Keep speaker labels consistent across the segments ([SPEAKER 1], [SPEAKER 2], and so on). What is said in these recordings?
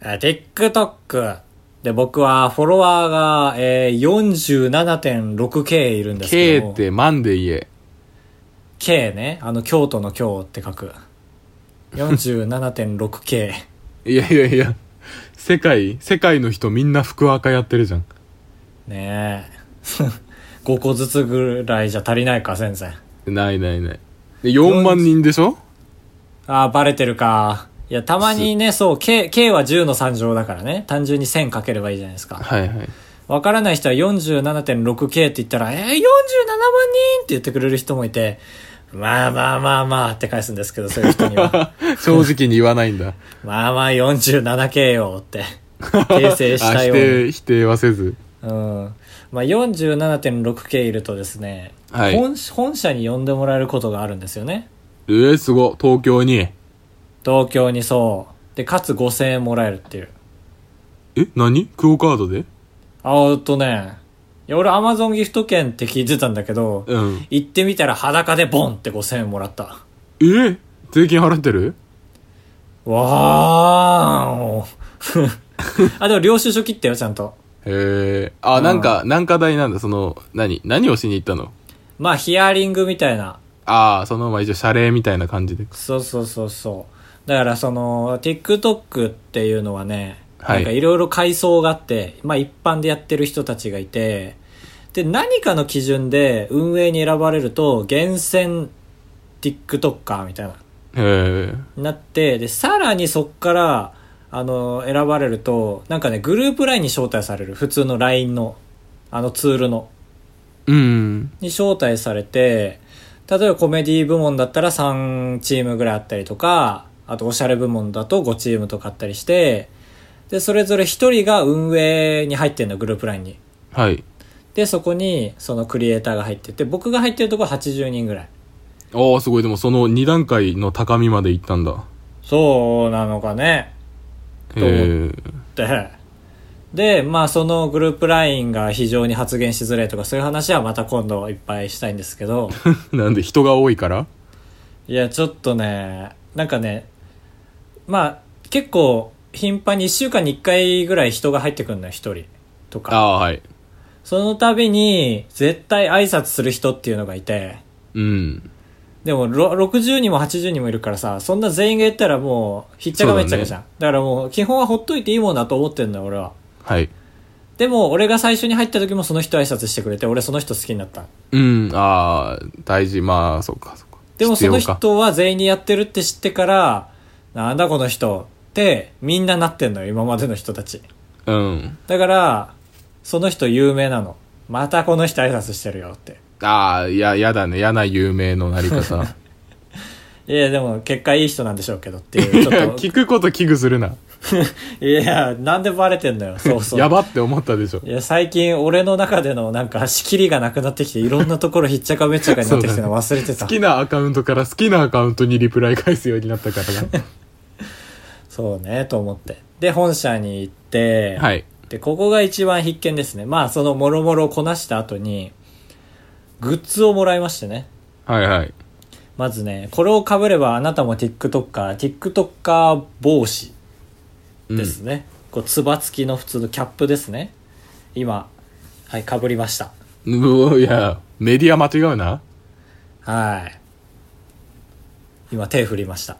[SPEAKER 1] えー TikTok で僕はフォロワーが、えー、47.6K いるんですけ
[SPEAKER 2] K
[SPEAKER 1] ど。
[SPEAKER 2] って万で言え。
[SPEAKER 1] K ね。あの、京都の京って書く。47.6K。
[SPEAKER 2] いやいやいや、世界、世界の人みんな福赤やってるじゃん。
[SPEAKER 1] ねえ。5個ずつぐらいじゃ足りないか、先生。
[SPEAKER 2] ないないない。で4万人でしょ
[SPEAKER 1] ああ、バレてるか。いや、たまにね、そう、K、K は10の3乗だからね。単純に1000かければいいじゃないですか。
[SPEAKER 2] はいはい。
[SPEAKER 1] わからない人は 47.6K って言ったら、えー、47万人って言ってくれる人もいて、まあまあまあまあって返すんですけど、そういう人に は。
[SPEAKER 2] 正直に言わないんだ。
[SPEAKER 1] まあまあ 47K よって、訂正し
[SPEAKER 2] あ
[SPEAKER 1] た
[SPEAKER 2] 否
[SPEAKER 1] ように。
[SPEAKER 2] 定、否定はせず。
[SPEAKER 1] うん。まあ 47.6K いるとですね、
[SPEAKER 2] はい
[SPEAKER 1] 本、本社に呼んでもらえることがあるんですよね。
[SPEAKER 2] えー、すごい。東京に。
[SPEAKER 1] 東京にそう。で、かつ5000円もらえるっていう。
[SPEAKER 2] え何クオカードで
[SPEAKER 1] あ、おっとね、いや俺 Amazon ギフト券って聞いてたんだけど、
[SPEAKER 2] うん。
[SPEAKER 1] 行ってみたら裸でボンって5000円もらった。
[SPEAKER 2] えー税金払ってる
[SPEAKER 1] わーお あ、でも領収書切ったよ、ちゃんと。
[SPEAKER 2] へえ。あ、なんか、なんか代なんだ。その、何何をしに行ったの
[SPEAKER 1] まあ、ヒアリングみたいな。
[SPEAKER 2] ああ、その、まあ、一応謝礼みたいな感じで。
[SPEAKER 1] そうそうそうそう。だから、その、TikTok っていうのはね、
[SPEAKER 2] はい
[SPEAKER 1] なんかいろいろ階層があって、まあ一般でやってる人たちがいて、で、何かの基準で運営に選ばれると、厳選 TikToker みたいな。
[SPEAKER 2] へえ。
[SPEAKER 1] なって、で、さらにそっから、あの、選ばれると、なんかね、グループ LINE に招待される。普通の LINE の、あのツールの。
[SPEAKER 2] うん。
[SPEAKER 1] に招待されて、例えばコメディ部門だったら3チームぐらいあったりとか、あとおしゃれ部門だと5チームとかあったりして、で、それぞれ1人が運営に入ってんの、グループ LINE に。
[SPEAKER 2] はい。
[SPEAKER 1] で、そこに、そのクリエイターが入ってて、僕が入ってるとこは80人ぐらい。
[SPEAKER 2] ああ、すごい。でも、その2段階の高みまで行ったんだ。
[SPEAKER 1] そうなのかね。どう
[SPEAKER 2] へえ。
[SPEAKER 1] ってでまあそのグループ LINE が非常に発言しづらいとかそういう話はまた今度いっぱいしたいんですけど
[SPEAKER 2] なんで、人が多いから
[SPEAKER 1] いやちょっとねなんかねまあ結構頻繁に1週間に1回ぐらい人が入ってくるのよ1人と
[SPEAKER 2] あ
[SPEAKER 1] か
[SPEAKER 2] あ、はい。
[SPEAKER 1] その度に絶対挨拶する人っていうのがいて
[SPEAKER 2] うん。
[SPEAKER 1] でもろ60人も80人もいるからさそんな全員が言ったらもうひっちゃかめっちゃかじゃんだ,、からもう基本はほっといていいもんだと思ってんのよ俺は
[SPEAKER 2] はい。
[SPEAKER 1] でも、俺が最初に入った時もその人挨拶してくれて、俺その人好きになった。
[SPEAKER 2] うん。ああ、大事。まあ、そっか、そっか。
[SPEAKER 1] でも
[SPEAKER 2] 必
[SPEAKER 1] そ
[SPEAKER 2] 要
[SPEAKER 1] の
[SPEAKER 2] か
[SPEAKER 1] 人は全員にやってるって知ってから、なんだこの人ってみんななってんのよ、今までの人たち。
[SPEAKER 2] うん。
[SPEAKER 1] だから、その人有名なの。またこの人挨拶してるよって。
[SPEAKER 2] ああ、いや、やだね。嫌な有名のなり 方。
[SPEAKER 1] いや、でも結果いい人なんでしょうけどっていう。ち
[SPEAKER 2] い
[SPEAKER 1] ょっ
[SPEAKER 2] や
[SPEAKER 1] と、
[SPEAKER 2] 聞くこと危惧するな。
[SPEAKER 1] いや、なんでバレてんのよ、そうそう。
[SPEAKER 2] やばって思ったでしょ。
[SPEAKER 1] いや、最近俺の中でのなんか仕切りがなくなってきて、いろんなところひっちゃかめっちゃかになってきてるの忘れてた
[SPEAKER 2] 好。きなアカウントから好きなアカウントにリプライ返すようになったから な。
[SPEAKER 1] そうね、と思って。で、本社に行って、
[SPEAKER 2] はい。
[SPEAKER 1] で、ここが一番必見ですね。まあ、そのもろもろこなした後に、グッズをもらいましてね。
[SPEAKER 2] はいはい。
[SPEAKER 1] まずね、これを被ればあなたも TikToker、TikToker 帽子
[SPEAKER 2] うん
[SPEAKER 1] ですね。こう、つば付きの普通のキャップですね。今、はい、被りました。
[SPEAKER 2] うおいや、メディア間違うな。
[SPEAKER 1] はい。今、手振りま した。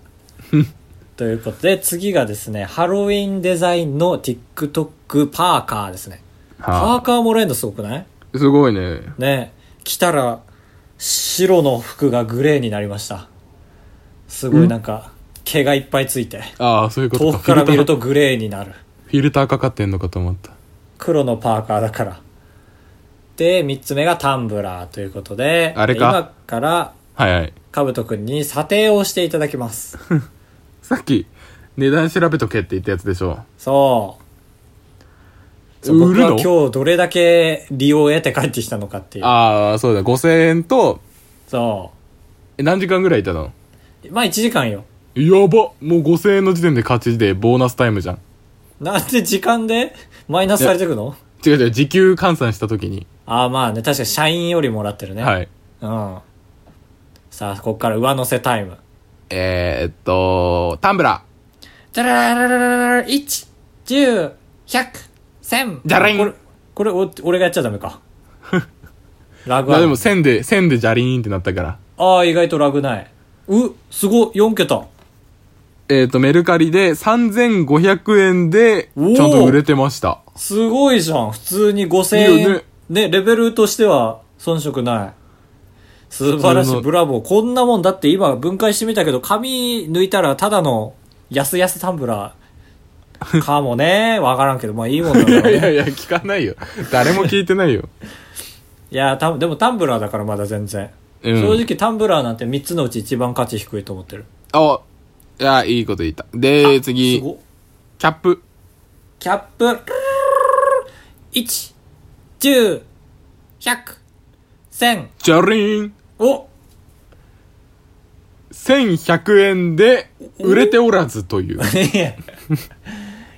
[SPEAKER 1] ということで、次がですね、ハロウィンデザインの TikTok パーカーですね。パー
[SPEAKER 2] は
[SPEAKER 1] カーもらえるのすごくない
[SPEAKER 2] あ、すごいね。
[SPEAKER 1] ね着たら白の服がグレーになりましたすごいなんか毛がいっぱいついて
[SPEAKER 2] ああ、そういうこと
[SPEAKER 1] 遠くから見る
[SPEAKER 2] フィルター
[SPEAKER 1] とグレーになる
[SPEAKER 2] フィルターかかってんのかと思った。
[SPEAKER 1] 黒のパーカーだからで3つ目がタンブラーということで
[SPEAKER 2] あれか
[SPEAKER 1] 今から
[SPEAKER 2] はいはい。
[SPEAKER 1] かぶとくんに査定をしていただきます
[SPEAKER 2] さっき、値段調べとけって言ったやつでしょ。
[SPEAKER 1] そうそう
[SPEAKER 2] 売
[SPEAKER 1] 僕
[SPEAKER 2] る
[SPEAKER 1] は
[SPEAKER 2] の
[SPEAKER 1] 今日どれだけ利用を得て帰ってきたのかっていう
[SPEAKER 2] ああ、そうだ。5000円と、
[SPEAKER 1] そ
[SPEAKER 2] え何時間ぐらいいたの
[SPEAKER 1] うまあ1時間よ
[SPEAKER 2] やばもう5000円の時点で勝ちでボーナスタイムじゃん。
[SPEAKER 1] なんで時間でマイナスされてくの
[SPEAKER 2] 違う違う、時給換算した時に。
[SPEAKER 1] ああまあね、確かに社員よりもらってるね。
[SPEAKER 2] はい。
[SPEAKER 1] うん。さあ、ここから上乗せタイム。
[SPEAKER 2] えー、っと、タンブラ
[SPEAKER 1] ダララララララ1、 10、100、1000。
[SPEAKER 2] じゃらん
[SPEAKER 1] これ、これお俺がやっちゃダメか。ラグ
[SPEAKER 2] ま
[SPEAKER 1] あ
[SPEAKER 2] あ
[SPEAKER 1] る
[SPEAKER 2] でも線で、線でジャリーンってなったから。
[SPEAKER 1] ああ、意外とラグない。う、すごい、4桁。
[SPEAKER 2] えっ、と、メルカリで3500円で、ちゃ
[SPEAKER 1] おー
[SPEAKER 2] んと売れてました。
[SPEAKER 1] すごいじゃん。普通に5000
[SPEAKER 2] いいよ
[SPEAKER 1] 円
[SPEAKER 2] ね。
[SPEAKER 1] ね、レベルとしては遜色ない。素晴ら
[SPEAKER 2] 普
[SPEAKER 1] し
[SPEAKER 2] 通
[SPEAKER 1] い。
[SPEAKER 2] の
[SPEAKER 1] ブラボー。こんなもんだって今分解してみたけど、紙抜いたらただのやすやすタンブラーかもね。わからんけど、まあいいもんだ
[SPEAKER 2] い
[SPEAKER 1] から
[SPEAKER 2] や
[SPEAKER 1] ね。
[SPEAKER 2] いやいや、聞かないよ。誰も聞いてないよ。
[SPEAKER 1] いやーたでもタンブラーだからまだ全然。
[SPEAKER 2] うん
[SPEAKER 1] 正直タンブラーなんて3つのうち一番価値低いと思ってる。
[SPEAKER 2] あ、いや、いいこと言った。で、次、
[SPEAKER 1] す
[SPEAKER 2] キ
[SPEAKER 1] ごっ
[SPEAKER 2] ャップ。
[SPEAKER 1] キャップ、1、10、100、1000。
[SPEAKER 2] ジャリーン
[SPEAKER 1] お
[SPEAKER 2] !1100 円で、売れておらずという。
[SPEAKER 1] いや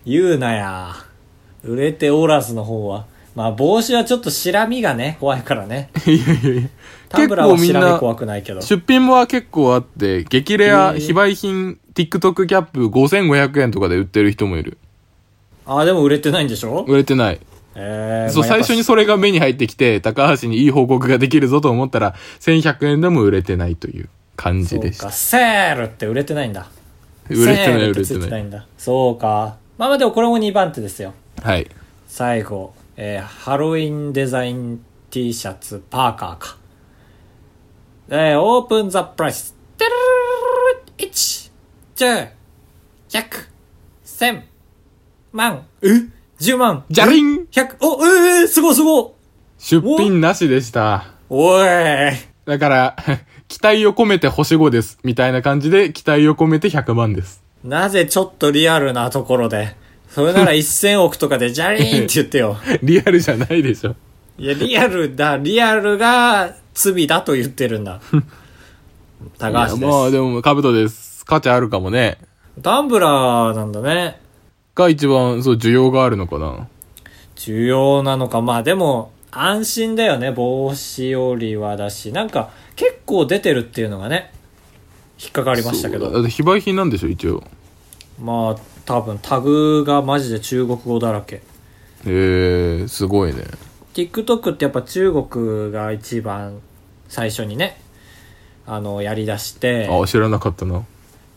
[SPEAKER 1] 言うなや。売れておらずの方は。まあ帽子はちょっと白身がね、怖いからね。
[SPEAKER 2] いやいやいや。
[SPEAKER 1] タンブラーは
[SPEAKER 2] 結構みんな
[SPEAKER 1] 白身怖くないけど。
[SPEAKER 2] 出品もは結構あって、激レア、
[SPEAKER 1] えー
[SPEAKER 2] 非売品、TikTok キャップ5500円とかで売ってる人もいる。
[SPEAKER 1] ああ、でも売れてないんでしょ
[SPEAKER 2] 売れてない。
[SPEAKER 1] ええー。
[SPEAKER 2] そう、
[SPEAKER 1] まあ
[SPEAKER 2] 最
[SPEAKER 1] やっぱ
[SPEAKER 2] 初にそれが目に入ってきて、高橋にいい報告ができるぞと思ったら、1100円でも売れてないという感じでし
[SPEAKER 1] そうか、。
[SPEAKER 2] た
[SPEAKER 1] セールって売れてないんだ。
[SPEAKER 2] 売れてない、
[SPEAKER 1] セール
[SPEAKER 2] 売
[SPEAKER 1] って
[SPEAKER 2] れ
[SPEAKER 1] つ
[SPEAKER 2] て
[SPEAKER 1] いて
[SPEAKER 2] な
[SPEAKER 1] ない
[SPEAKER 2] い。
[SPEAKER 1] んだ。そうか。まあまあでもこれも2番手ですよ。
[SPEAKER 2] はい。
[SPEAKER 1] 最後、えーハロウィンデザイン T シャツパーカーか。えー、オープンザプライス。てるるるる1、10、100、1000、万。え ?10 万。
[SPEAKER 2] じゃりん
[SPEAKER 1] !100、お、えー、すごいすごい
[SPEAKER 2] 出品なしでした。
[SPEAKER 1] おい
[SPEAKER 2] だから、 期待を込めて星5です。みたいな感じで、期待を込めて100万です。
[SPEAKER 1] なぜちょっとリアルなところで。それなら1000億とかでジャリーンって言ってよ。
[SPEAKER 2] リアルじゃないでしょ。
[SPEAKER 1] いや、リアルだ、リアルが罪だと言ってるん だ。高橋
[SPEAKER 2] いやまあ
[SPEAKER 1] で
[SPEAKER 2] でも、カブトです。価値あるかもね。
[SPEAKER 1] す。ダンブラーなんだね。
[SPEAKER 2] が一番、そう、需要があるのかな。
[SPEAKER 1] 重要なのか。まあでも、安心だよね。帽子よりはだし。なんか、結構出てるっていうのがね、引っかかりましたけ
[SPEAKER 2] そう
[SPEAKER 1] ど。
[SPEAKER 2] だって非売品なんでしょ、一応。
[SPEAKER 1] まあ、多分タグがマジで中国語だらけ。
[SPEAKER 2] へえー、すごいね。
[SPEAKER 1] TikTok ってやっぱ中国が一番最初にね、あの、やり出して。
[SPEAKER 2] あ、知らなかったな。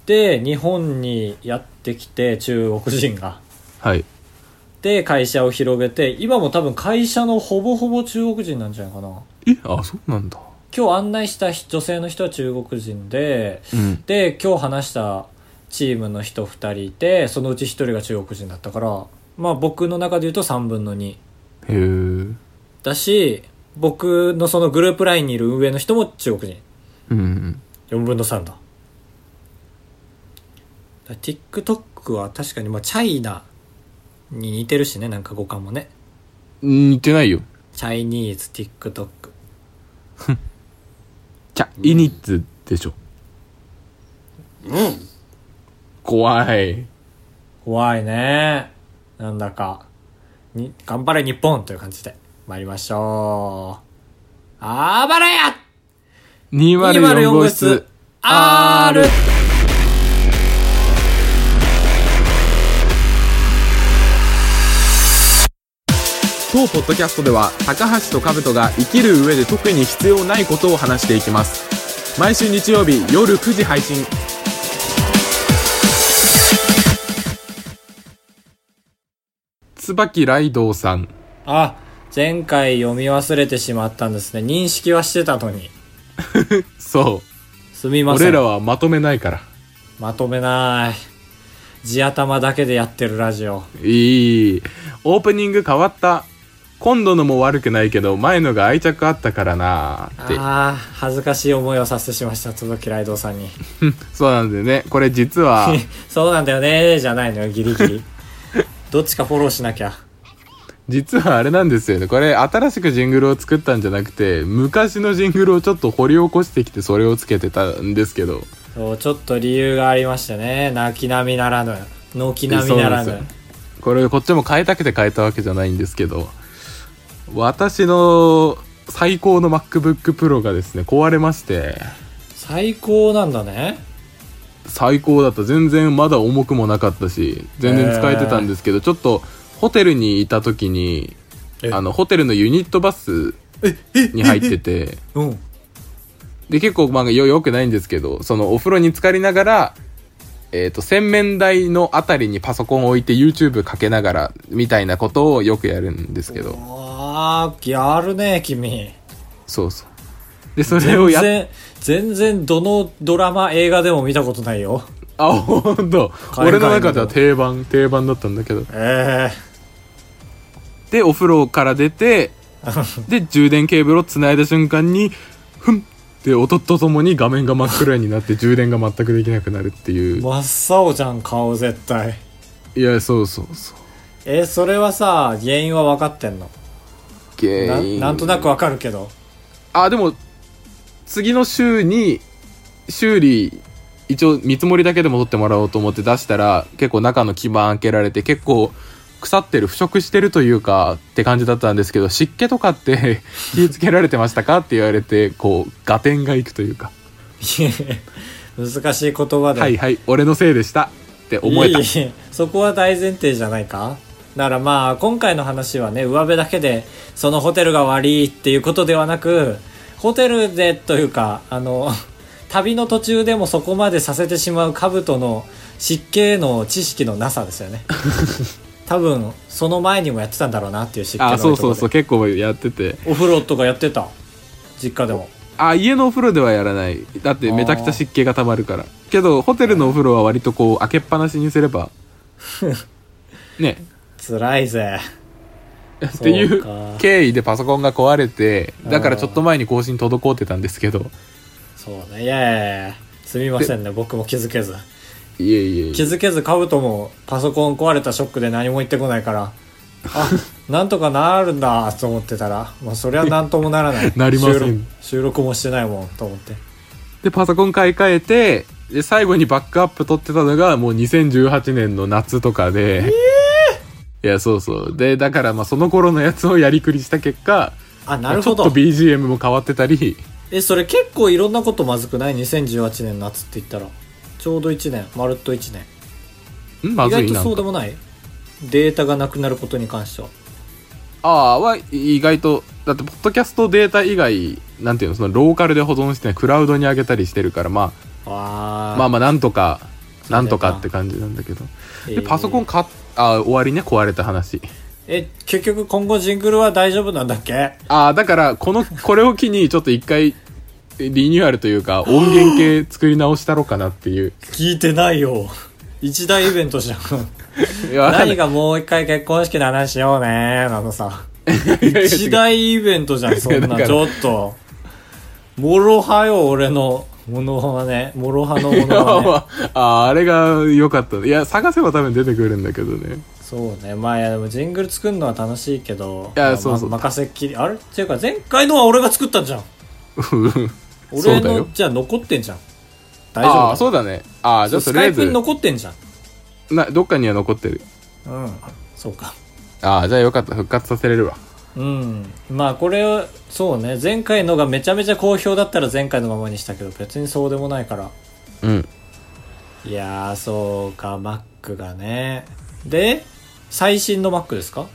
[SPEAKER 1] で日本にやってきて中国人が
[SPEAKER 2] はい。
[SPEAKER 1] で会社を広げて今も多分会社のほぼほぼ中国人なんじゃないかな
[SPEAKER 2] え、あ、そうなんだ。
[SPEAKER 1] 今日案内した女性の人は中国人で
[SPEAKER 2] うん。
[SPEAKER 1] で今日話したチームの人2人いてそのうち1人が中国人だったからまあ僕の中で言うと3分の2
[SPEAKER 2] へえ。
[SPEAKER 1] だし僕のそのグループ LINE にいる運営の人も中国人
[SPEAKER 2] うん。
[SPEAKER 1] 4分の3だだ TikTok は確かにまあチャイナに似てるしねなんか語感もね
[SPEAKER 2] 似てないよ。
[SPEAKER 1] チャイニーズ TikTok
[SPEAKER 2] ちゃ、イニッツでしょ。
[SPEAKER 1] うん
[SPEAKER 2] 怖い。
[SPEAKER 1] 怖いねなんだかに頑張れ日本という感じで参りましょうあばれや
[SPEAKER 2] 204号室。
[SPEAKER 1] R!
[SPEAKER 2] 当ポッドキャストでは高橋と兜が生きる上で特に必要ないことを話していきます毎週日曜日夜9時配信椿ライドウさん
[SPEAKER 1] あ前回読み忘れてしまったんですね認識はしてたのに
[SPEAKER 2] そ
[SPEAKER 1] すみ
[SPEAKER 2] う
[SPEAKER 1] ません
[SPEAKER 2] 俺らはまとめないから
[SPEAKER 1] まとめない。地頭だけでやってるラジオ。
[SPEAKER 2] いいオープニング変わった今度のも悪くないけど前のが愛着あったからなーって
[SPEAKER 1] ああ、恥ずかしい思いをさせてしまいました、届きライドウさんに。
[SPEAKER 2] そうなんだよねこれ 実は
[SPEAKER 1] そうなんだよねじゃないのよ、ギリ ギリ。どっちかフォローしなきゃ。
[SPEAKER 2] 実はあれなんですよねこれ新しくジングルを作ったんじゃなくて昔のジングルをちょっと掘り起こしてきてそれをつけてたんですけど
[SPEAKER 1] そう、ちょっと理由がありましてね。泣き並みならぬ。軒並みなら
[SPEAKER 2] そう
[SPEAKER 1] ぬ
[SPEAKER 2] なん。これこっちも変えたくて変えたわけじゃないんですけど私の最高の MacBookPro がですね壊れまして
[SPEAKER 1] 最高なんだね。
[SPEAKER 2] 最高だった全然まだ重くもなかったし全然使えてたんですけど、ちょっとホテルにいた時に
[SPEAKER 1] え
[SPEAKER 2] あのホテルのユニットバスに入ってて
[SPEAKER 1] うん。
[SPEAKER 2] で結構まあよよくないんですけどそのお風呂に浸かりながら、えー、と洗面台のあたりにパソコンを置いて YouTube かけながらみたいなことをよくやるんですけど
[SPEAKER 1] あー、やるね、君。
[SPEAKER 2] そうそうでそれをやっ
[SPEAKER 1] 全然、全然どのドラマ、映画でも見たことないよ。
[SPEAKER 2] あほんと
[SPEAKER 1] 海外の
[SPEAKER 2] 俺の中では定番定番だったんだけど
[SPEAKER 1] え
[SPEAKER 2] でお風呂から 出てで充電ケーブルをつないだ瞬間にふんって音とともに画面が真っ暗になって充電が全くできなくなるってい
[SPEAKER 1] え
[SPEAKER 2] う
[SPEAKER 1] 真っ青じゃん、顔絶対。
[SPEAKER 2] いやそうそうそう
[SPEAKER 1] えそれはさ、原因は分かってんのな
[SPEAKER 2] 原因
[SPEAKER 1] なんとなく分かるけど。
[SPEAKER 2] あでも次の週に修理一応見積もりだけでも取ってもらおうと思って出したら結構中の基板開けられて結構腐ってる腐食してるというかって感じだったんですけど湿気とかって 気付けられてましたかって言われてこう合点がいくというか
[SPEAKER 1] いえ 難しい言葉で。
[SPEAKER 2] はいはい俺のせいでしたって思えた
[SPEAKER 1] いいいい そこは大前提じゃないかだからまあ今回の話はね上辺だけでそのホテルが悪いっていうことではなくホテルでというかあの 旅の途中でもそこまでさせてしまう兜の湿気への知識のなさです よね多分その前にもやってたんだろうなっていう湿気の
[SPEAKER 2] あ
[SPEAKER 1] とこ
[SPEAKER 2] そ
[SPEAKER 1] ろ
[SPEAKER 2] う
[SPEAKER 1] で
[SPEAKER 2] そうそう結構やってて
[SPEAKER 1] お風呂とかやってた実家でも
[SPEAKER 2] あ家のお風呂ではやらないだってめちゃくちゃ湿気がたまるからけどホテルのお風呂は割とこう開けっぱなしにすればね
[SPEAKER 1] 辛いぜ
[SPEAKER 2] ってい
[SPEAKER 1] そう
[SPEAKER 2] う
[SPEAKER 1] か
[SPEAKER 2] 経緯でパソコンが壊れてだからちょっと前に更新滞ってたんですけど
[SPEAKER 1] そうねいやいやいやすみませんね僕も気づけず
[SPEAKER 2] いえいえいえ
[SPEAKER 1] 気づけずカブトもパソコン壊れたショックで何も言ってこないから あなんとかなるんだと思ってたらもうそりゃ何ともならない
[SPEAKER 2] なりま
[SPEAKER 1] 収
[SPEAKER 2] せん
[SPEAKER 1] 録収録もしてないもんと思って
[SPEAKER 2] でパソコン買い替えてで最後にバックアップ取ってたのがもう2018年の夏とかで、いやそうそうでだからまあその頃のやつをやりくりした結果
[SPEAKER 1] あなるほ
[SPEAKER 2] ちょっ
[SPEAKER 1] ど
[SPEAKER 2] と BGM も変わってたり
[SPEAKER 1] えそれ結構いろんなことまずくない2018年夏って言ったらちょうど1年まるっと1年
[SPEAKER 2] んま
[SPEAKER 1] 意
[SPEAKER 2] ず
[SPEAKER 1] 外
[SPEAKER 2] い
[SPEAKER 1] と
[SPEAKER 2] な
[SPEAKER 1] そ
[SPEAKER 2] ん
[SPEAKER 1] うで
[SPEAKER 2] か
[SPEAKER 1] もないデータがなくなることに関しては
[SPEAKER 2] ああは意外とだってポッドキャストデータ以外なんていうのそのローカルで保存してないクラウドに上げたりしてるからま
[SPEAKER 1] あ
[SPEAKER 2] あ
[SPEAKER 1] ー
[SPEAKER 2] まあまあなんとか
[SPEAKER 1] うだよな
[SPEAKER 2] なんとかって感じなんだけど
[SPEAKER 1] え
[SPEAKER 2] で
[SPEAKER 1] ー
[SPEAKER 2] パソコン買っあ終わりね壊れた話
[SPEAKER 1] え結局今後ジングルは大丈夫なんだっけ
[SPEAKER 2] ああだからこのこれを機にちょっと一回リニューアルというか音源系作り直したろかなっていう
[SPEAKER 1] 聞いてないよ一大イベントじゃん
[SPEAKER 2] いやわかんな
[SPEAKER 1] 何
[SPEAKER 2] い
[SPEAKER 1] がもう一回結婚式の話しようねなのさ。
[SPEAKER 2] いやいや違
[SPEAKER 1] 一
[SPEAKER 2] う
[SPEAKER 1] 大イベントじゃん、そん
[SPEAKER 2] いやだか
[SPEAKER 1] な。
[SPEAKER 2] ら
[SPEAKER 1] ちょっと。もろはよ、俺の、ものはね。もろはのも
[SPEAKER 2] いや
[SPEAKER 1] のはね。
[SPEAKER 2] まああーあれが良かったいや探せば多分出てくるんだけどね
[SPEAKER 1] そうね。まあいや、でもジングル作るのは楽しいけど。
[SPEAKER 2] いや
[SPEAKER 1] まあ
[SPEAKER 2] そうそう
[SPEAKER 1] ま任せっきり。あれっていうか、前回のは俺が作ったんじゃん。
[SPEAKER 2] そ
[SPEAKER 1] 俺
[SPEAKER 2] うだよ
[SPEAKER 1] の、じゃあ残ってんじゃん。大丈夫
[SPEAKER 2] ああーそうだねああじゃあと
[SPEAKER 1] ス
[SPEAKER 2] りあ
[SPEAKER 1] カ
[SPEAKER 2] え
[SPEAKER 1] イプ
[SPEAKER 2] ず
[SPEAKER 1] に残ってんじゃん。
[SPEAKER 2] などっかには残ってる
[SPEAKER 1] うん。そうか。
[SPEAKER 2] ああじゃあよかった復活させれるわ
[SPEAKER 1] うん、まあこれそうね前回のがめちゃめちゃ好評だったら前回のままにしたけど別にそうでもないから
[SPEAKER 2] うん
[SPEAKER 1] いやーそうか Mac がねで最新の Mac ですか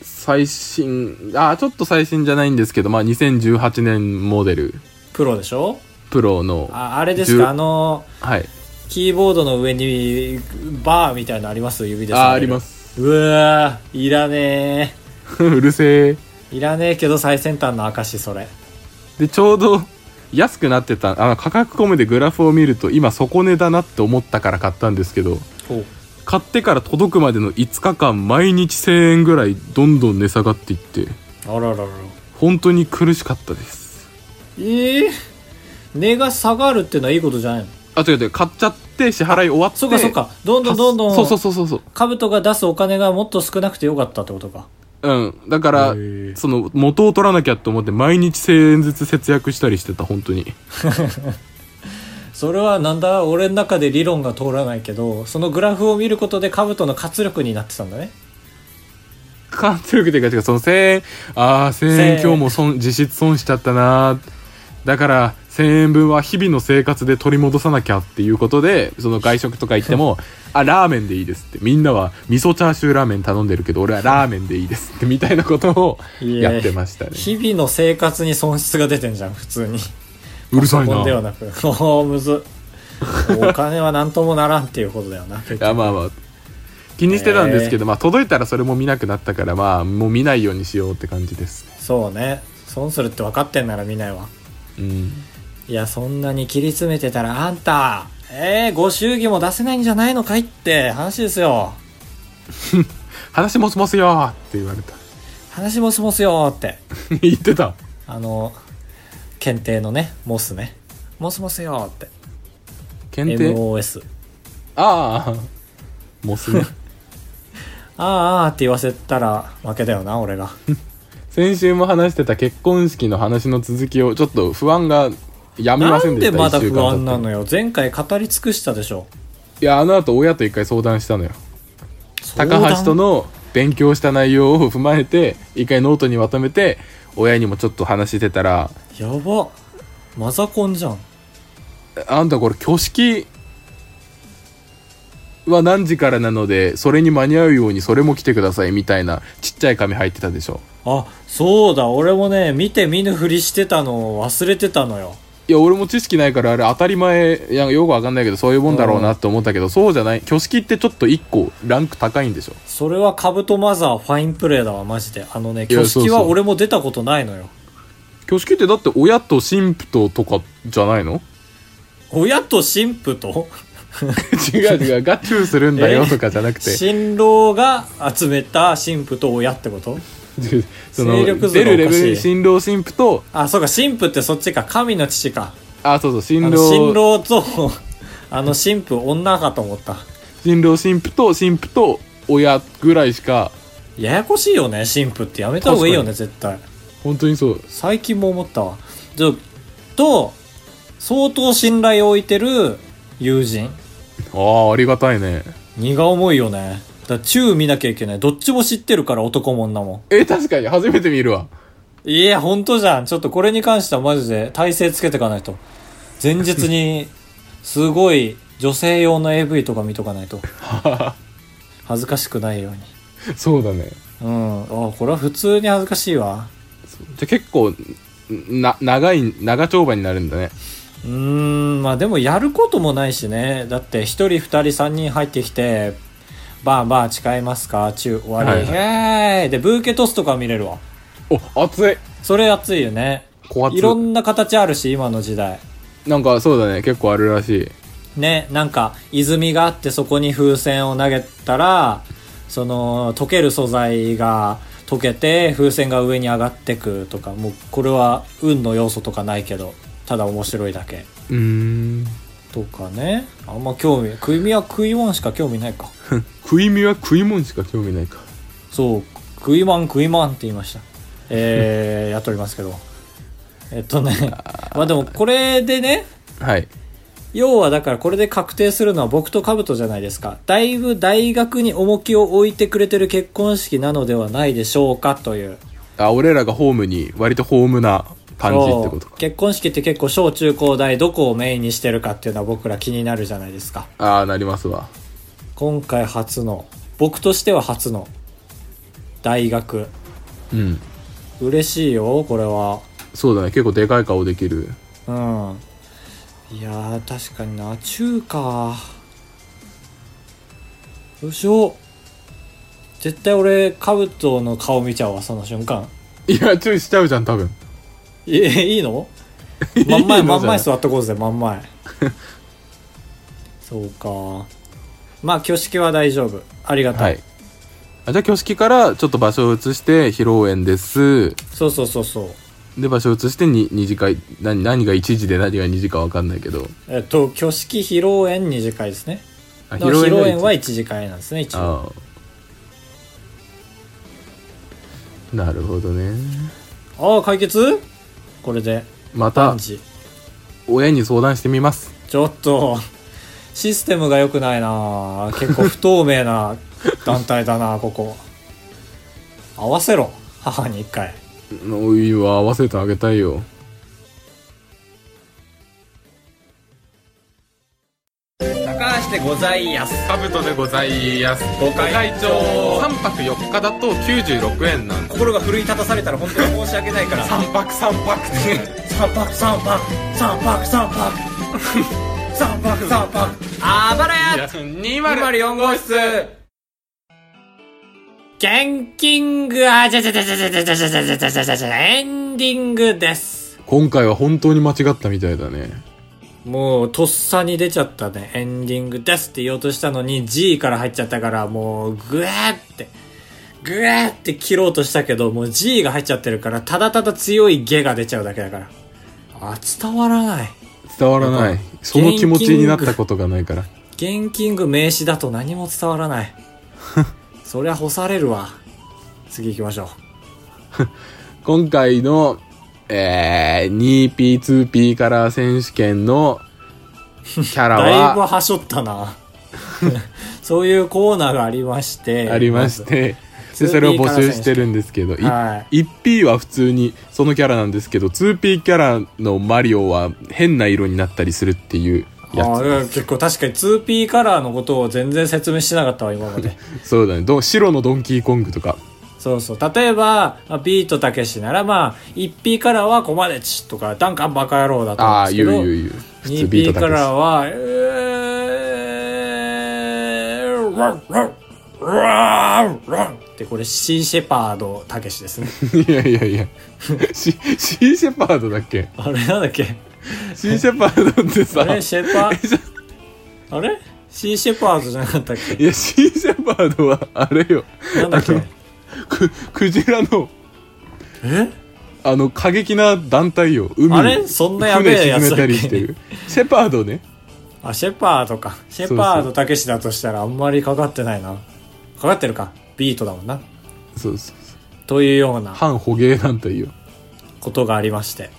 [SPEAKER 2] 最新ああちょっと最新じゃないんですけどまあ2018年モデル
[SPEAKER 1] プロでしょ
[SPEAKER 2] プロの
[SPEAKER 1] ああれです
[SPEAKER 2] 十
[SPEAKER 1] かあの
[SPEAKER 2] はい
[SPEAKER 1] キーボードの上にバーみたいのあります指で
[SPEAKER 2] あーありますす
[SPEAKER 1] うわーいらね
[SPEAKER 2] うるせえ
[SPEAKER 1] えいらねえけど最先端の証それ
[SPEAKER 2] でちょうど安くなってたあの価格込みでグラフを見ると今底値だなって思ったから買ったんですけど
[SPEAKER 1] お
[SPEAKER 2] 買ってから届くまでの5日間毎日1000円ぐらいどんどん値下がっていって
[SPEAKER 1] あらららら
[SPEAKER 2] 本当に苦しかったです
[SPEAKER 1] ええ値が下がるっていうのはいいことじゃないの
[SPEAKER 2] あ違う違う買っちゃって支払い終わって
[SPEAKER 1] そうかそうかどんどんどんどん
[SPEAKER 2] そうそうそうそうそう
[SPEAKER 1] 兜が出すお金がもっと少なくてよかったってことか。
[SPEAKER 2] うんだから
[SPEAKER 1] へー
[SPEAKER 2] その元を取らなきゃと思って毎日1000円ずつ節約したりしてた本当に
[SPEAKER 1] それはなんだ、俺の中で理論が通らないけど、そのグラフを見ることで兜の活力になってたんだね。
[SPEAKER 2] 感じるというか違うその1000円ああ1000
[SPEAKER 1] 千
[SPEAKER 2] 円
[SPEAKER 1] 円
[SPEAKER 2] 今日も損実質損しちゃったなだから1000円分は日々の生活で取り戻さなきゃっていうことでその外食とか行っ てもあラーメンでいいですってみんなは味噌チャーシューラーメン頼んでるけど俺はラーメンでいいですってみたいなことを
[SPEAKER 1] いえ
[SPEAKER 2] やってましたね
[SPEAKER 1] 日々の生活に損失が出てんじゃん普通に
[SPEAKER 2] うるさい
[SPEAKER 1] パソコンでは
[SPEAKER 2] な
[SPEAKER 1] なくおーむずお金は何ともならんっていうことだよな
[SPEAKER 2] いやまあまあ気にしてたんですけど、まあ届いたらそれも見なくなったからまあもう見ないようにしようって感じですね
[SPEAKER 1] そうね損するって分かってんなら見ないわ
[SPEAKER 2] うん
[SPEAKER 1] いやそんなに切り詰めてたらあんたえー、ご祝儀も出せないんじゃないのかいって話ですよ
[SPEAKER 2] 話もしますよーって言われた
[SPEAKER 1] 話もしますよーって
[SPEAKER 2] 言ってた
[SPEAKER 1] あの検定のねモスねモスモスよーって
[SPEAKER 2] 検定
[SPEAKER 1] MOS
[SPEAKER 2] ああもうすね
[SPEAKER 1] あーあーって言わせたら負けだよな俺が
[SPEAKER 2] 先週も話してた結婚式の話の続きをちょっと不安がやめま
[SPEAKER 1] な
[SPEAKER 2] せん
[SPEAKER 1] ん
[SPEAKER 2] で
[SPEAKER 1] で
[SPEAKER 2] した
[SPEAKER 1] まだ
[SPEAKER 2] 一週
[SPEAKER 1] 不
[SPEAKER 2] 間経って
[SPEAKER 1] 安なのよ前回語り尽くしたでしょ
[SPEAKER 2] いやあの後親と一回相談したのよ高橋
[SPEAKER 1] の
[SPEAKER 2] との勉強した内容を踏まえて一回ノートにまとめて親にもちょっと話してたら
[SPEAKER 1] やばマザコンじゃん
[SPEAKER 2] あんたこれ挙式は何時からなのでそれに間に合うようにそれも来てくださいみたいなちっちゃい紙入ってたでしょ
[SPEAKER 1] あそうだ俺もね見て見ぬふりしてたのを忘れてたのよ
[SPEAKER 2] いや俺も知識ないからあれ当たり前いやよくわかんないけどそういうもんだろうなって思ったけど、そうじゃない挙式ってちょっと1個ランク高いんでしょ
[SPEAKER 1] それはカブトマザーファインプレーだわマジであのね
[SPEAKER 2] いや
[SPEAKER 1] 挙式は
[SPEAKER 2] そうそう
[SPEAKER 1] 俺も出たことないのよ
[SPEAKER 2] 挙式ってだって親と神父ととかじゃないの
[SPEAKER 1] 親と神父と
[SPEAKER 2] 違う違うガチューするんだよとかじゃなく て、
[SPEAKER 1] 新郎が集めた神父と親ってこと
[SPEAKER 2] 違うそ
[SPEAKER 1] 勢
[SPEAKER 2] の出
[SPEAKER 1] 力図がおかしい
[SPEAKER 2] るレベルに新郎神父と
[SPEAKER 1] あそうか神父ってそっちか神の父か
[SPEAKER 2] あそうそう
[SPEAKER 1] あ
[SPEAKER 2] 新
[SPEAKER 1] の
[SPEAKER 2] 郎
[SPEAKER 1] 新郎とあの神父女かと思った
[SPEAKER 2] 新郎神父と神父と親ぐらいしか
[SPEAKER 1] ややこしいよね神父ってやめた方がいいよね絶対
[SPEAKER 2] 本当にそう
[SPEAKER 1] 最近も思ったわじゃと相当信頼を置いてる友人
[SPEAKER 2] ああありがたいね
[SPEAKER 1] 荷が重いよねだから宙見なきゃいけないどっちも知ってるから男も女も
[SPEAKER 2] え確かに初めて見るわ
[SPEAKER 1] いや本当じゃんちょっとこれに関してはマジで体勢つけていかないと前日に すごい女性用の AV とか見とかないと恥ずかしくないように
[SPEAKER 2] そうだね
[SPEAKER 1] うんあこれは普通に恥ずかしいわ
[SPEAKER 2] じゃあ結構な長い長丁場になるんだね
[SPEAKER 1] うーんまあでもやることもないしねだって1人2人3人入ってきてバンバン誓いますか中終わり、
[SPEAKER 2] はいは
[SPEAKER 1] へーでブーケトスとか見れるわ
[SPEAKER 2] お熱い
[SPEAKER 1] それ熱いよね
[SPEAKER 2] 小熱
[SPEAKER 1] いろんな形あるし今の時代
[SPEAKER 2] なんかそうだね結構あるらしい
[SPEAKER 1] ねなんか泉があってそこに風船を投げたらその溶ける素材が溶けて風船が上に上がってくとかもうこれは運の要素とかないけどただ面白いだけ
[SPEAKER 2] うーん
[SPEAKER 1] とかねあんま興味食い身は食いもんしか興味ないか
[SPEAKER 2] 食い身は食いもんしか興味ないか
[SPEAKER 1] そう食いまん食いまんって言いましたえー、やっておりますけどえっとねまあでもこれでね
[SPEAKER 2] はい
[SPEAKER 1] 要はだからこれで確定するのは僕と兜じゃないですか。だいぶ大学に重きを置いてくれてる結婚式なのではないでしょうかという。
[SPEAKER 2] あ俺らがホームに割とホームな感じってこと
[SPEAKER 1] そう
[SPEAKER 2] か
[SPEAKER 1] 結婚式って結構小中高大どこをメインにしてるかっていうのは僕ら気になるじゃないですか。
[SPEAKER 2] ああなりますわ
[SPEAKER 1] 今回初の、僕としては初の大学。
[SPEAKER 2] うん
[SPEAKER 1] 嬉しいよ、これは。
[SPEAKER 2] そうだね結構でかい顔できる
[SPEAKER 1] うん。いやー、確かにな、中か。どうしよう。絶対俺、カブトの顔見ちゃうわ、その瞬間。
[SPEAKER 2] いや注意しちゃうじゃん多分
[SPEAKER 1] いえ、いい の真ん
[SPEAKER 2] い
[SPEAKER 1] 前、真ん
[SPEAKER 2] いのじゃな
[SPEAKER 1] 前
[SPEAKER 2] い
[SPEAKER 1] 座っとこうぜ、真ん 前。そうか。まあ、挙式は大丈夫。ありがた。
[SPEAKER 2] はいいあじゃあ挙式からちょっと場所を移して披露宴です
[SPEAKER 1] そうそうそうそう。
[SPEAKER 2] で場所を移してに二次会何何が1時で何が2時か分かんないけど
[SPEAKER 1] えっと、挙式、披露宴二次会ですね。
[SPEAKER 2] あ
[SPEAKER 1] だから披露
[SPEAKER 2] が
[SPEAKER 1] 宴は
[SPEAKER 2] 一
[SPEAKER 1] 一次会なんですね、一応。
[SPEAKER 2] ああなるほどね
[SPEAKER 1] ああ、解決これで、
[SPEAKER 2] ま
[SPEAKER 1] バ
[SPEAKER 2] た
[SPEAKER 1] ンジー。
[SPEAKER 2] 親に相談してみます
[SPEAKER 1] ちょっと、システムが良くないな結構不透明な団体だなここ。合わせろ、母に一回。
[SPEAKER 2] おいは合わせてあげたいよ
[SPEAKER 1] スでございやす。
[SPEAKER 2] カブトでございます
[SPEAKER 1] ご会長
[SPEAKER 2] 3泊4日だと96円なんで
[SPEAKER 1] 心が奮い立たされたら本当に申し訳ないから。
[SPEAKER 2] 3泊3泊
[SPEAKER 1] 三泊三泊三泊三泊三泊三泊あばらや
[SPEAKER 2] 204
[SPEAKER 1] 204号室現金グあじゃじゃじゃじゃじゃじゃじゃじゃじゃじゃじゃじゃじゃエンディングです
[SPEAKER 2] 今回は本当に間違ったみたいだね
[SPEAKER 1] もうとっさに出ちゃったねエンディングですって言おうとしたのに G から入っちゃったからもうグエーってグエーって切ろうとしたけどもう G が入っちゃってるからただただ強いゲが出ちゃうだけだからあ伝わらない
[SPEAKER 2] 伝わらな
[SPEAKER 1] やっ
[SPEAKER 2] い
[SPEAKER 1] ぱ
[SPEAKER 2] その気持ちになったことがないから
[SPEAKER 1] ゲンキング名詞だと何も伝わらない。そりゃ干されるわ。次行きましょ
[SPEAKER 2] 今回のえー、2P2P カラー選手権のキャ
[SPEAKER 1] う。
[SPEAKER 2] ラ
[SPEAKER 1] だいぶ
[SPEAKER 2] は
[SPEAKER 1] はしょったな。 そういうコーナーがありまして。
[SPEAKER 2] ありまし。てでそれを募集してるんですけど、い
[SPEAKER 1] は
[SPEAKER 2] 1P は普通にそのキャラなんですけど 2P キャラのマリオは変な色になったりするっていう
[SPEAKER 1] い。ああ
[SPEAKER 2] や
[SPEAKER 1] 結構確かに 2P カラーのことを全然説明してなかったわ、今 まで。
[SPEAKER 2] つそうだねど白のドンキーコングとか
[SPEAKER 1] そうそう。例えば、まあビートたけしなら、まあ、1P カラーはコマネチとか、ダンカンバカ野郎だと
[SPEAKER 2] あ
[SPEAKER 1] 思
[SPEAKER 2] あ
[SPEAKER 1] うん
[SPEAKER 2] ー
[SPEAKER 1] ですけ
[SPEAKER 2] 言う
[SPEAKER 1] ど。
[SPEAKER 2] 言う言う普通ビー
[SPEAKER 1] 2P
[SPEAKER 2] ト
[SPEAKER 1] カ
[SPEAKER 2] だけ
[SPEAKER 1] ラー
[SPEAKER 2] で
[SPEAKER 1] は、えー、ランランランランってこれシーシェパードたけしですね。
[SPEAKER 2] すいやいや いやシシーシェパードだっけ
[SPEAKER 1] あれなんだっけ
[SPEAKER 2] シーシェパードってさ
[SPEAKER 1] あれシェパ
[SPEAKER 2] えちょ
[SPEAKER 1] あれシーシェパードじゃなかったっ
[SPEAKER 2] いやシーシェパードはあれよ
[SPEAKER 1] けなんだっけ
[SPEAKER 2] くクジラの
[SPEAKER 1] え
[SPEAKER 2] あの過激な団体よ海に
[SPEAKER 1] あれそんなやべえやつだっけ
[SPEAKER 2] 船沈めたりしてるシェパードね
[SPEAKER 1] あ、シェパードか。シェパードたけしだとしたらあんまりかかってないな。かかってるか。ビートだもんな。
[SPEAKER 2] そうそうそう
[SPEAKER 1] というような
[SPEAKER 2] 反捕鯨団体よ
[SPEAKER 1] ことがありまして。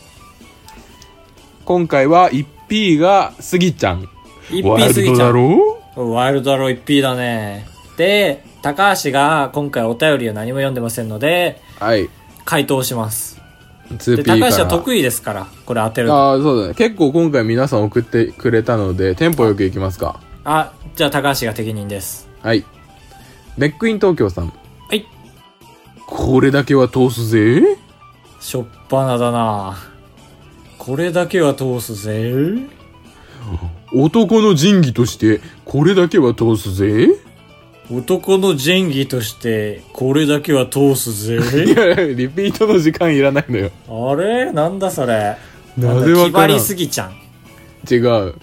[SPEAKER 2] 今回は 1P がスギちゃん
[SPEAKER 1] 一
[SPEAKER 2] ワ
[SPEAKER 1] 品
[SPEAKER 2] イ
[SPEAKER 1] す
[SPEAKER 2] ル
[SPEAKER 1] ぎ
[SPEAKER 2] ド
[SPEAKER 1] ちゃ
[SPEAKER 2] だ
[SPEAKER 1] う。
[SPEAKER 2] ろ
[SPEAKER 1] ワイルドだろ 1P だね。で、高橋が今回お便りを何も読んでませんので、
[SPEAKER 2] はい
[SPEAKER 1] 回答します。で、
[SPEAKER 2] 2P か
[SPEAKER 1] 高
[SPEAKER 2] ら
[SPEAKER 1] 橋は得意ですから、これ当てるの。
[SPEAKER 2] ああそうだね結構今回皆さん送ってくれたのでテンポよくいきますか
[SPEAKER 1] あ、じゃあ高橋が適任です。
[SPEAKER 2] はいネックイン東京さん
[SPEAKER 1] はい。
[SPEAKER 2] これだけは通すぜ
[SPEAKER 1] しょっぱなだなこれだけは通すぜ。
[SPEAKER 2] 男の仁義としてこれだけは通すぜ
[SPEAKER 1] 男の仁義として、これだけは通す
[SPEAKER 2] い
[SPEAKER 1] ぜ。
[SPEAKER 2] やリピートの時間いらないのよ
[SPEAKER 1] あれなんだそれ。
[SPEAKER 2] なぜ
[SPEAKER 1] んだ
[SPEAKER 2] わ
[SPEAKER 1] 気
[SPEAKER 2] か
[SPEAKER 1] 張
[SPEAKER 2] らん
[SPEAKER 1] りすぎちゃん。
[SPEAKER 2] 違う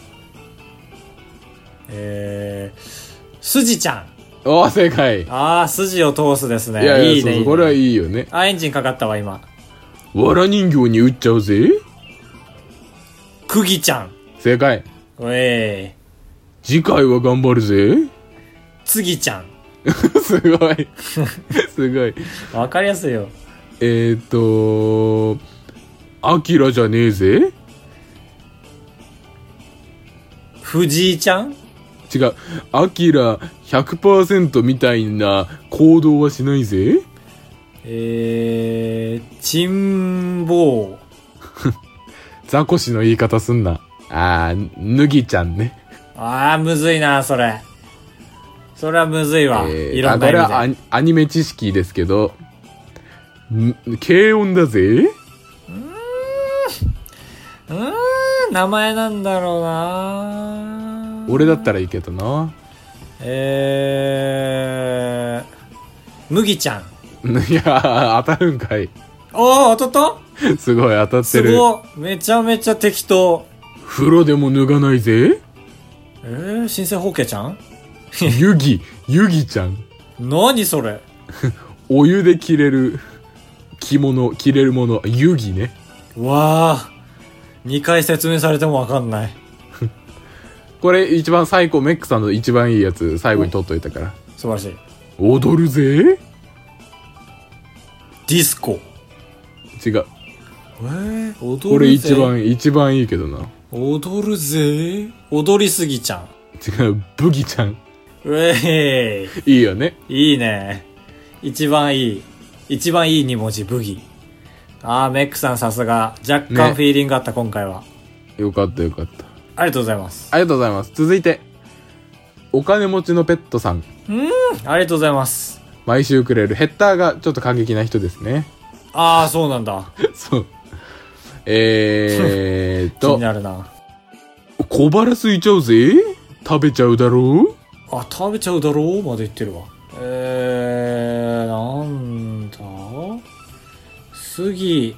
[SPEAKER 1] えー、筋ちゃん。
[SPEAKER 2] ああ正解い
[SPEAKER 1] あー、筋を通すですね。
[SPEAKER 2] やいや
[SPEAKER 1] いい
[SPEAKER 2] そう
[SPEAKER 1] ね。
[SPEAKER 2] そ
[SPEAKER 1] いうい
[SPEAKER 2] これは
[SPEAKER 1] ね
[SPEAKER 2] いいよね
[SPEAKER 1] あ、エンジンかかったわ、今。
[SPEAKER 2] わら人形に打っちゃうぜ
[SPEAKER 1] くぎちゃん。
[SPEAKER 2] 正解
[SPEAKER 1] おえ
[SPEAKER 2] 次回は頑張るぜ
[SPEAKER 1] ー、つぎちゃん。
[SPEAKER 2] す ごいすごい
[SPEAKER 1] わかりやすいよ。
[SPEAKER 2] えー、っとアキラじゃねえぜ
[SPEAKER 1] 藤井ちゃん
[SPEAKER 2] 違うアキラ100%みたいな行動はしないぜ
[SPEAKER 1] えー、ちんぼう。
[SPEAKER 2] ザコシの言い方すんなあーぬぎちゃんね
[SPEAKER 1] あー、むずいな、それ。それはむずいわ。
[SPEAKER 2] えー
[SPEAKER 1] いろん
[SPEAKER 2] あ
[SPEAKER 1] な
[SPEAKER 2] こ
[SPEAKER 1] 意
[SPEAKER 2] れはア
[SPEAKER 1] 味で。
[SPEAKER 2] ニアニメ知識ですけどん軽音だ
[SPEAKER 1] う
[SPEAKER 2] ぜ
[SPEAKER 1] ーん、名前なんだろうな
[SPEAKER 2] 俺だったらいいけどな
[SPEAKER 1] えー、麦ちゃん。
[SPEAKER 2] いやー当たるんかい
[SPEAKER 1] おー、当たった
[SPEAKER 2] すごい当たって
[SPEAKER 1] す
[SPEAKER 2] る
[SPEAKER 1] ごいめちゃめちゃ適当。
[SPEAKER 2] 風呂でも脱がないぜ
[SPEAKER 1] えー、新生ホケちゃん
[SPEAKER 2] 湯 ぎ湯ぎちゃん
[SPEAKER 1] 何それ
[SPEAKER 2] お湯で着れる着物着れるもの湯着ね
[SPEAKER 1] わあ2回説明されてもわかんない
[SPEAKER 2] これ一番最高メックさんの一番いいやつ最後に取っといたから
[SPEAKER 1] 素晴らしい
[SPEAKER 2] 踊るぜ
[SPEAKER 1] ディスコ
[SPEAKER 2] 違う
[SPEAKER 1] えー、踊るぜ
[SPEAKER 2] これ一番一番いいけどな
[SPEAKER 1] 踊るぜ踊りすぎちゃん
[SPEAKER 2] 違うブギちゃん
[SPEAKER 1] うえー
[SPEAKER 2] いいよね
[SPEAKER 1] いいいね一番いい一番いい2文字ブギあーメックさんさすが若
[SPEAKER 2] ね
[SPEAKER 1] 干フィーリングあった今回は、
[SPEAKER 2] よかったよかった
[SPEAKER 1] ありがとうございます
[SPEAKER 2] ありがとうございます続いてお金持ちのペットさん
[SPEAKER 1] ありがとうございます。
[SPEAKER 2] 毎週くれるヘッダーがちょっと過激な人ですね
[SPEAKER 1] ああ、そうなんだ。
[SPEAKER 2] そうえーっ
[SPEAKER 1] 気 に
[SPEAKER 2] と
[SPEAKER 1] なるな。
[SPEAKER 2] 小腹空いちゃうぜ食べちゃうだろう
[SPEAKER 1] あ、食べちゃうだろうまで言ってるわ。えー、なんだ杉、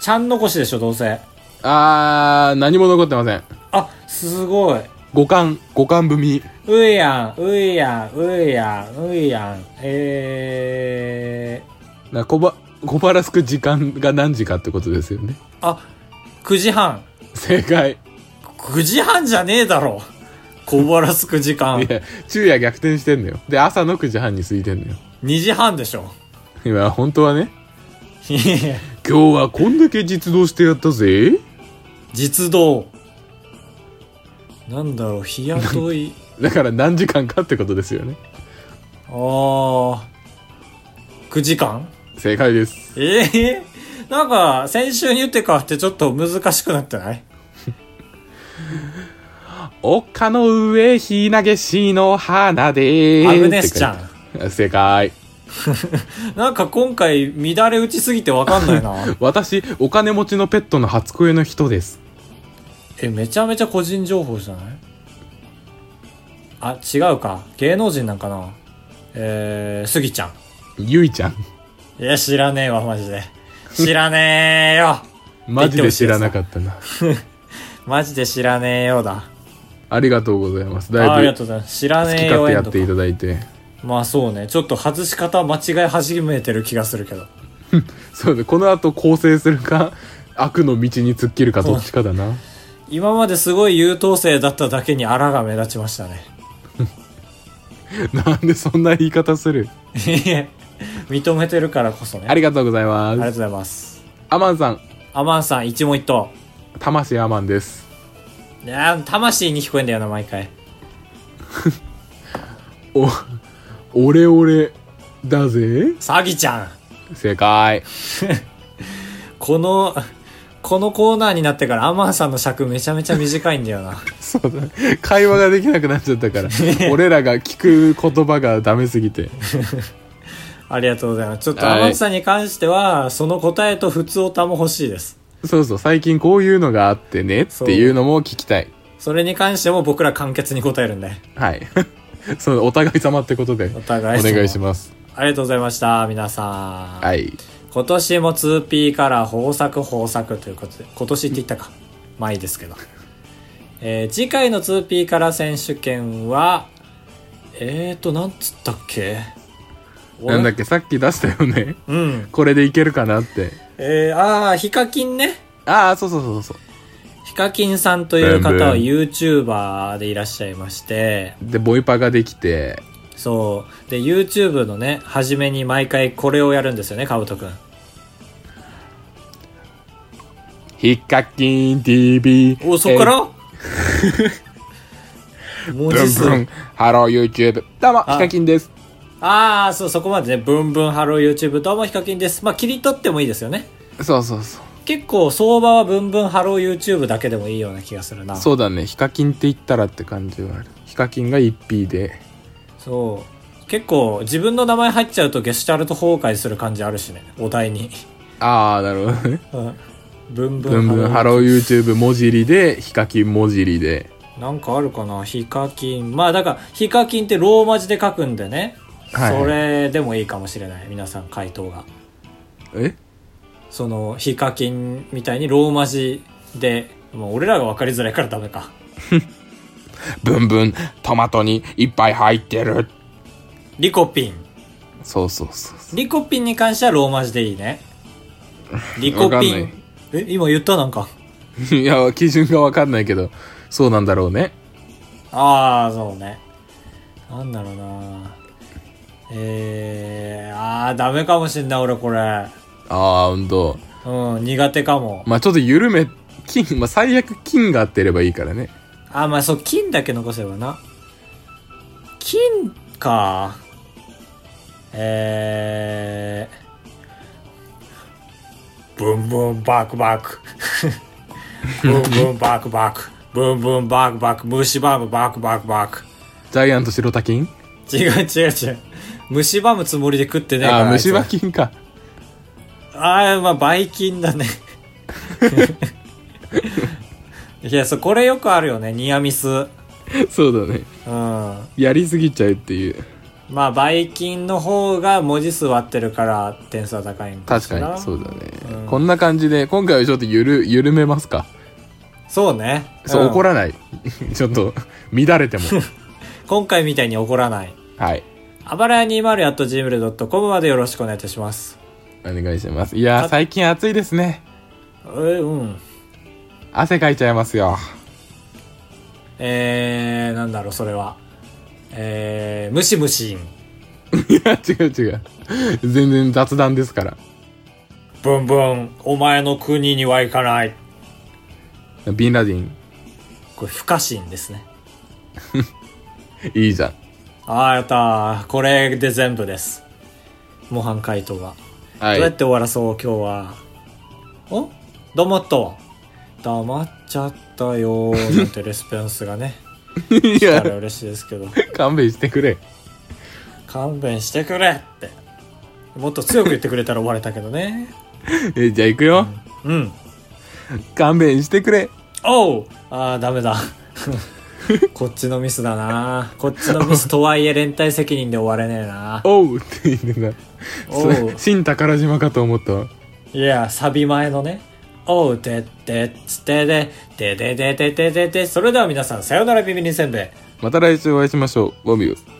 [SPEAKER 1] ちゃん残しでしょ、どうせ。
[SPEAKER 2] あー何も残ってません
[SPEAKER 1] あ、すごい。
[SPEAKER 2] 五感五感組
[SPEAKER 1] ういやん、ういやん、ういやん、ういやん。え
[SPEAKER 2] な小ば小腹すく時間が何時かってことですよね
[SPEAKER 1] ー、あ、9時半。
[SPEAKER 2] 正解
[SPEAKER 1] 9時半じゃねえだろ。小腹すく時間
[SPEAKER 2] い。や昼夜逆転してんのよで朝の9時半に空いてんのよ
[SPEAKER 1] 2時半でしょ。
[SPEAKER 2] 今本当はね
[SPEAKER 1] いやいや
[SPEAKER 2] 今日はこんだけ実動してやったぜ
[SPEAKER 1] 実動。なんだろう、日雇い。
[SPEAKER 2] だから何時間かってことですよね
[SPEAKER 1] ああ、9時間
[SPEAKER 2] 正解です
[SPEAKER 1] ええなんか、先週に言って変わってちょっと難しくなってない
[SPEAKER 2] 丘の上ひなげしの花で
[SPEAKER 1] アグネスちゃ
[SPEAKER 2] って
[SPEAKER 1] ん。
[SPEAKER 2] 書いてある正解
[SPEAKER 1] なんか今回乱れ打ちすぎてわかんない な。
[SPEAKER 2] 私お金持ちのペットの初恋の人です
[SPEAKER 1] え、めちゃめちゃ個人情報じゃないあ、違うか。芸能人なんかな。えー、スギちゃん。
[SPEAKER 2] ゆいちゃん
[SPEAKER 1] いや、知らねえわ、マジで。知らねえよ。
[SPEAKER 2] マジで知らなかったな
[SPEAKER 1] マジで知らねえよだ。
[SPEAKER 2] ありがとうございます
[SPEAKER 1] ああ
[SPEAKER 2] だ
[SPEAKER 1] り
[SPEAKER 2] い
[SPEAKER 1] が
[SPEAKER 2] ぶ
[SPEAKER 1] とうございます。知ら
[SPEAKER 2] 好き
[SPEAKER 1] ねえ
[SPEAKER 2] 勝
[SPEAKER 1] よ
[SPEAKER 2] 手
[SPEAKER 1] エ
[SPEAKER 2] や
[SPEAKER 1] ン
[SPEAKER 2] っ
[SPEAKER 1] ド
[SPEAKER 2] てい
[SPEAKER 1] か。
[SPEAKER 2] ただいて
[SPEAKER 1] まあそうね。ちょっと外し方間違い始めてる気がするけど。
[SPEAKER 2] そうねこの後構成するか悪の道に突っ切るかどっちかだな
[SPEAKER 1] 今まですごい優等生だっただけにあらが目立ちましたね。
[SPEAKER 2] なんでそんな言い方する
[SPEAKER 1] いえ認めてるからこそね。
[SPEAKER 2] あ
[SPEAKER 1] あり
[SPEAKER 2] りがとうございま
[SPEAKER 1] がとう
[SPEAKER 2] す
[SPEAKER 1] ございます。
[SPEAKER 2] アマンさん
[SPEAKER 1] アマンさん、一問一答。
[SPEAKER 2] 魂アマンです
[SPEAKER 1] いやー魂に聞こえんだよな、毎回。
[SPEAKER 2] おオレオレだぜ
[SPEAKER 1] サギちゃん。
[SPEAKER 2] 正解
[SPEAKER 1] この、このコーナーになってからアマンさんの尺めちゃめちゃ短いんだよな。
[SPEAKER 2] そうだ会話ができなくなっちゃったから俺らが聞く言葉がダメすぎて
[SPEAKER 1] ありがとうございます。ちょっと
[SPEAKER 2] は
[SPEAKER 1] ア
[SPEAKER 2] い
[SPEAKER 1] マンさんに関しては、その答えと普通歌も欲しいです。
[SPEAKER 2] そうそう最近こういうのがあってねっていうのも聞きたい
[SPEAKER 1] それに関しても僕ら簡潔に答えるんで。
[SPEAKER 2] はい そうお互い様ってことで
[SPEAKER 1] お
[SPEAKER 2] お
[SPEAKER 1] 互い様
[SPEAKER 2] 願いします
[SPEAKER 1] ありがとうございました、皆さん。
[SPEAKER 2] はい
[SPEAKER 1] 今年も 2P から豊作豊作ということで、今年って言ったか。まあいいですけど。えー、次回の 2P から選手権は、えーと、なんつったっけ
[SPEAKER 2] なんだっ
[SPEAKER 1] け
[SPEAKER 2] けさっき出したよね
[SPEAKER 1] うん。
[SPEAKER 2] これでいけるかなって
[SPEAKER 1] えー、あー、ヒカキンね。
[SPEAKER 2] ああそうそうそうそう
[SPEAKER 1] ヒカキンさんという方は
[SPEAKER 2] ブンブン
[SPEAKER 1] YouTuber でいらっしゃいまして、
[SPEAKER 2] でボイパができて
[SPEAKER 1] そう。で、YouTube のね、初めに毎回これをやるんですよね、かぶとくん。
[SPEAKER 2] 「ヒカキン TV」
[SPEAKER 1] お、そっから文
[SPEAKER 2] ブ
[SPEAKER 1] 字
[SPEAKER 2] ン
[SPEAKER 1] 数。
[SPEAKER 2] ブンハロー YouTube どうもヒ
[SPEAKER 1] あ
[SPEAKER 2] カキンです
[SPEAKER 1] ああ、そう、そこまでね。ブンブンハロー YouTube どうもヒカキンです。まあ、切り取ってもいいですよね。
[SPEAKER 2] そうそうそう
[SPEAKER 1] 結構、相場はブンブンハロー YouTube だけでもいいような気がするな。
[SPEAKER 2] そうだねヒカキンって言ったらって感じはあるヒカキンが 1P で
[SPEAKER 1] そう。結構、自分の名前入っちゃうとゲシュタルト崩壊する感じあるしね。お題に。
[SPEAKER 2] ああなるほどね
[SPEAKER 1] うんブンブ
[SPEAKER 2] ブ
[SPEAKER 1] ン
[SPEAKER 2] ン
[SPEAKER 1] ハ
[SPEAKER 2] ブ
[SPEAKER 1] ロ
[SPEAKER 2] ン
[SPEAKER 1] ー。
[SPEAKER 2] ハロー YouTube 文字入りでヒカキン文字入りで
[SPEAKER 1] なんかあるかなヒカキン。まあ、だから、ヒカキンってローマ字で書くんでね。
[SPEAKER 2] はい
[SPEAKER 1] それでもいいかもしれない。皆さん、回答が。
[SPEAKER 2] え
[SPEAKER 1] そのヒカキンみたいにローマ字で、もう俺らが分かりづらいからダメか。
[SPEAKER 2] ブンブントマトにいっぱい入ってる
[SPEAKER 1] リコピン。
[SPEAKER 2] そうそうそうそ
[SPEAKER 1] リコピンに関してはローマ字でいい ね。リコ
[SPEAKER 2] わかん
[SPEAKER 1] ピ
[SPEAKER 2] ない
[SPEAKER 1] ン。え、今言ったなんか。
[SPEAKER 2] ういや基準がわかんないけどそうなんだろうね
[SPEAKER 1] ああ、そうね。なんだろうなえー、ああ、ダメかもしんない、俺これ。
[SPEAKER 2] ああほんと
[SPEAKER 1] うん、苦手かも。
[SPEAKER 2] まあちょっと緩め金、まあ、最悪金があってればいいからね
[SPEAKER 1] あ、まあそう、金だけ残せばな。金か。えー、ブンブンバクバク。ブンブンバクバク。ブンブンバクバク。虫歯もバクバクバク。
[SPEAKER 2] ジャイアント白滝金
[SPEAKER 1] 違う違う違う。虫歯むつもりで食ってねえか
[SPEAKER 2] あ
[SPEAKER 1] ら。
[SPEAKER 2] あ、虫歯
[SPEAKER 1] あい
[SPEAKER 2] 菌 か。
[SPEAKER 1] つあー、まあ、ばい菌だ ね。いや、そう、これよくあるよね。ニアミス。うん。
[SPEAKER 2] そうだね。
[SPEAKER 1] ま
[SPEAKER 2] やりすぎちゃうっていう。
[SPEAKER 1] あ、ばい菌の方が文字数割ってるから点数は高いん
[SPEAKER 2] 確かに、
[SPEAKER 1] そ。
[SPEAKER 2] そううだね。
[SPEAKER 1] うん
[SPEAKER 2] こんな感じで、今回はちょっとゆる、緩めますか。
[SPEAKER 1] そうね。
[SPEAKER 2] そう、
[SPEAKER 1] ん
[SPEAKER 2] 怒らない。 ちょっと、乱れ ても。
[SPEAKER 1] 今回みたいに怒らない。
[SPEAKER 2] はい。
[SPEAKER 1] あばらや 20.gmail.com までよろしくお願いいたします。
[SPEAKER 2] お願いします。いやー、最近暑いですね。
[SPEAKER 1] えー、うん。
[SPEAKER 2] 汗かいちゃいますよ。
[SPEAKER 1] えー、なんだろう、それは。えー、ムシムシン。
[SPEAKER 2] いや、違う違う。全然雑談ですから。
[SPEAKER 1] ブンブン、お前の国には行かない。
[SPEAKER 2] ビンラディン、
[SPEAKER 1] これ、不可侵ですね。
[SPEAKER 2] いいじゃん。
[SPEAKER 1] あーやったー。これで全部です。模範回答が。
[SPEAKER 2] は
[SPEAKER 1] どうやっ
[SPEAKER 2] い。
[SPEAKER 1] て終わらそう、今日は。お黙ったわ。黙っちゃったよ ー。なんてレスポンスがね。
[SPEAKER 2] い
[SPEAKER 1] あ
[SPEAKER 2] や、
[SPEAKER 1] れ嬉しいですけど。
[SPEAKER 2] 勘弁してくれ。
[SPEAKER 1] 勘弁してくれって。もっと強く言ってくれたら終われたけどね。
[SPEAKER 2] えじゃあ行くよ。
[SPEAKER 1] うん。
[SPEAKER 2] 勘弁してくれ。
[SPEAKER 1] おうあー、ダメだ。 こっちのミスだなこっちのミスとはいえ連帯責任で終われねえな
[SPEAKER 2] おう って言ってた。
[SPEAKER 1] おう
[SPEAKER 2] 新宝島かと思ったわ。
[SPEAKER 1] いや、サビ前のね。おう、てってつってで、てでででででで、それでは皆さん、さよならビビリンせんべい。
[SPEAKER 2] また来週お会いしましょう。ボビュー。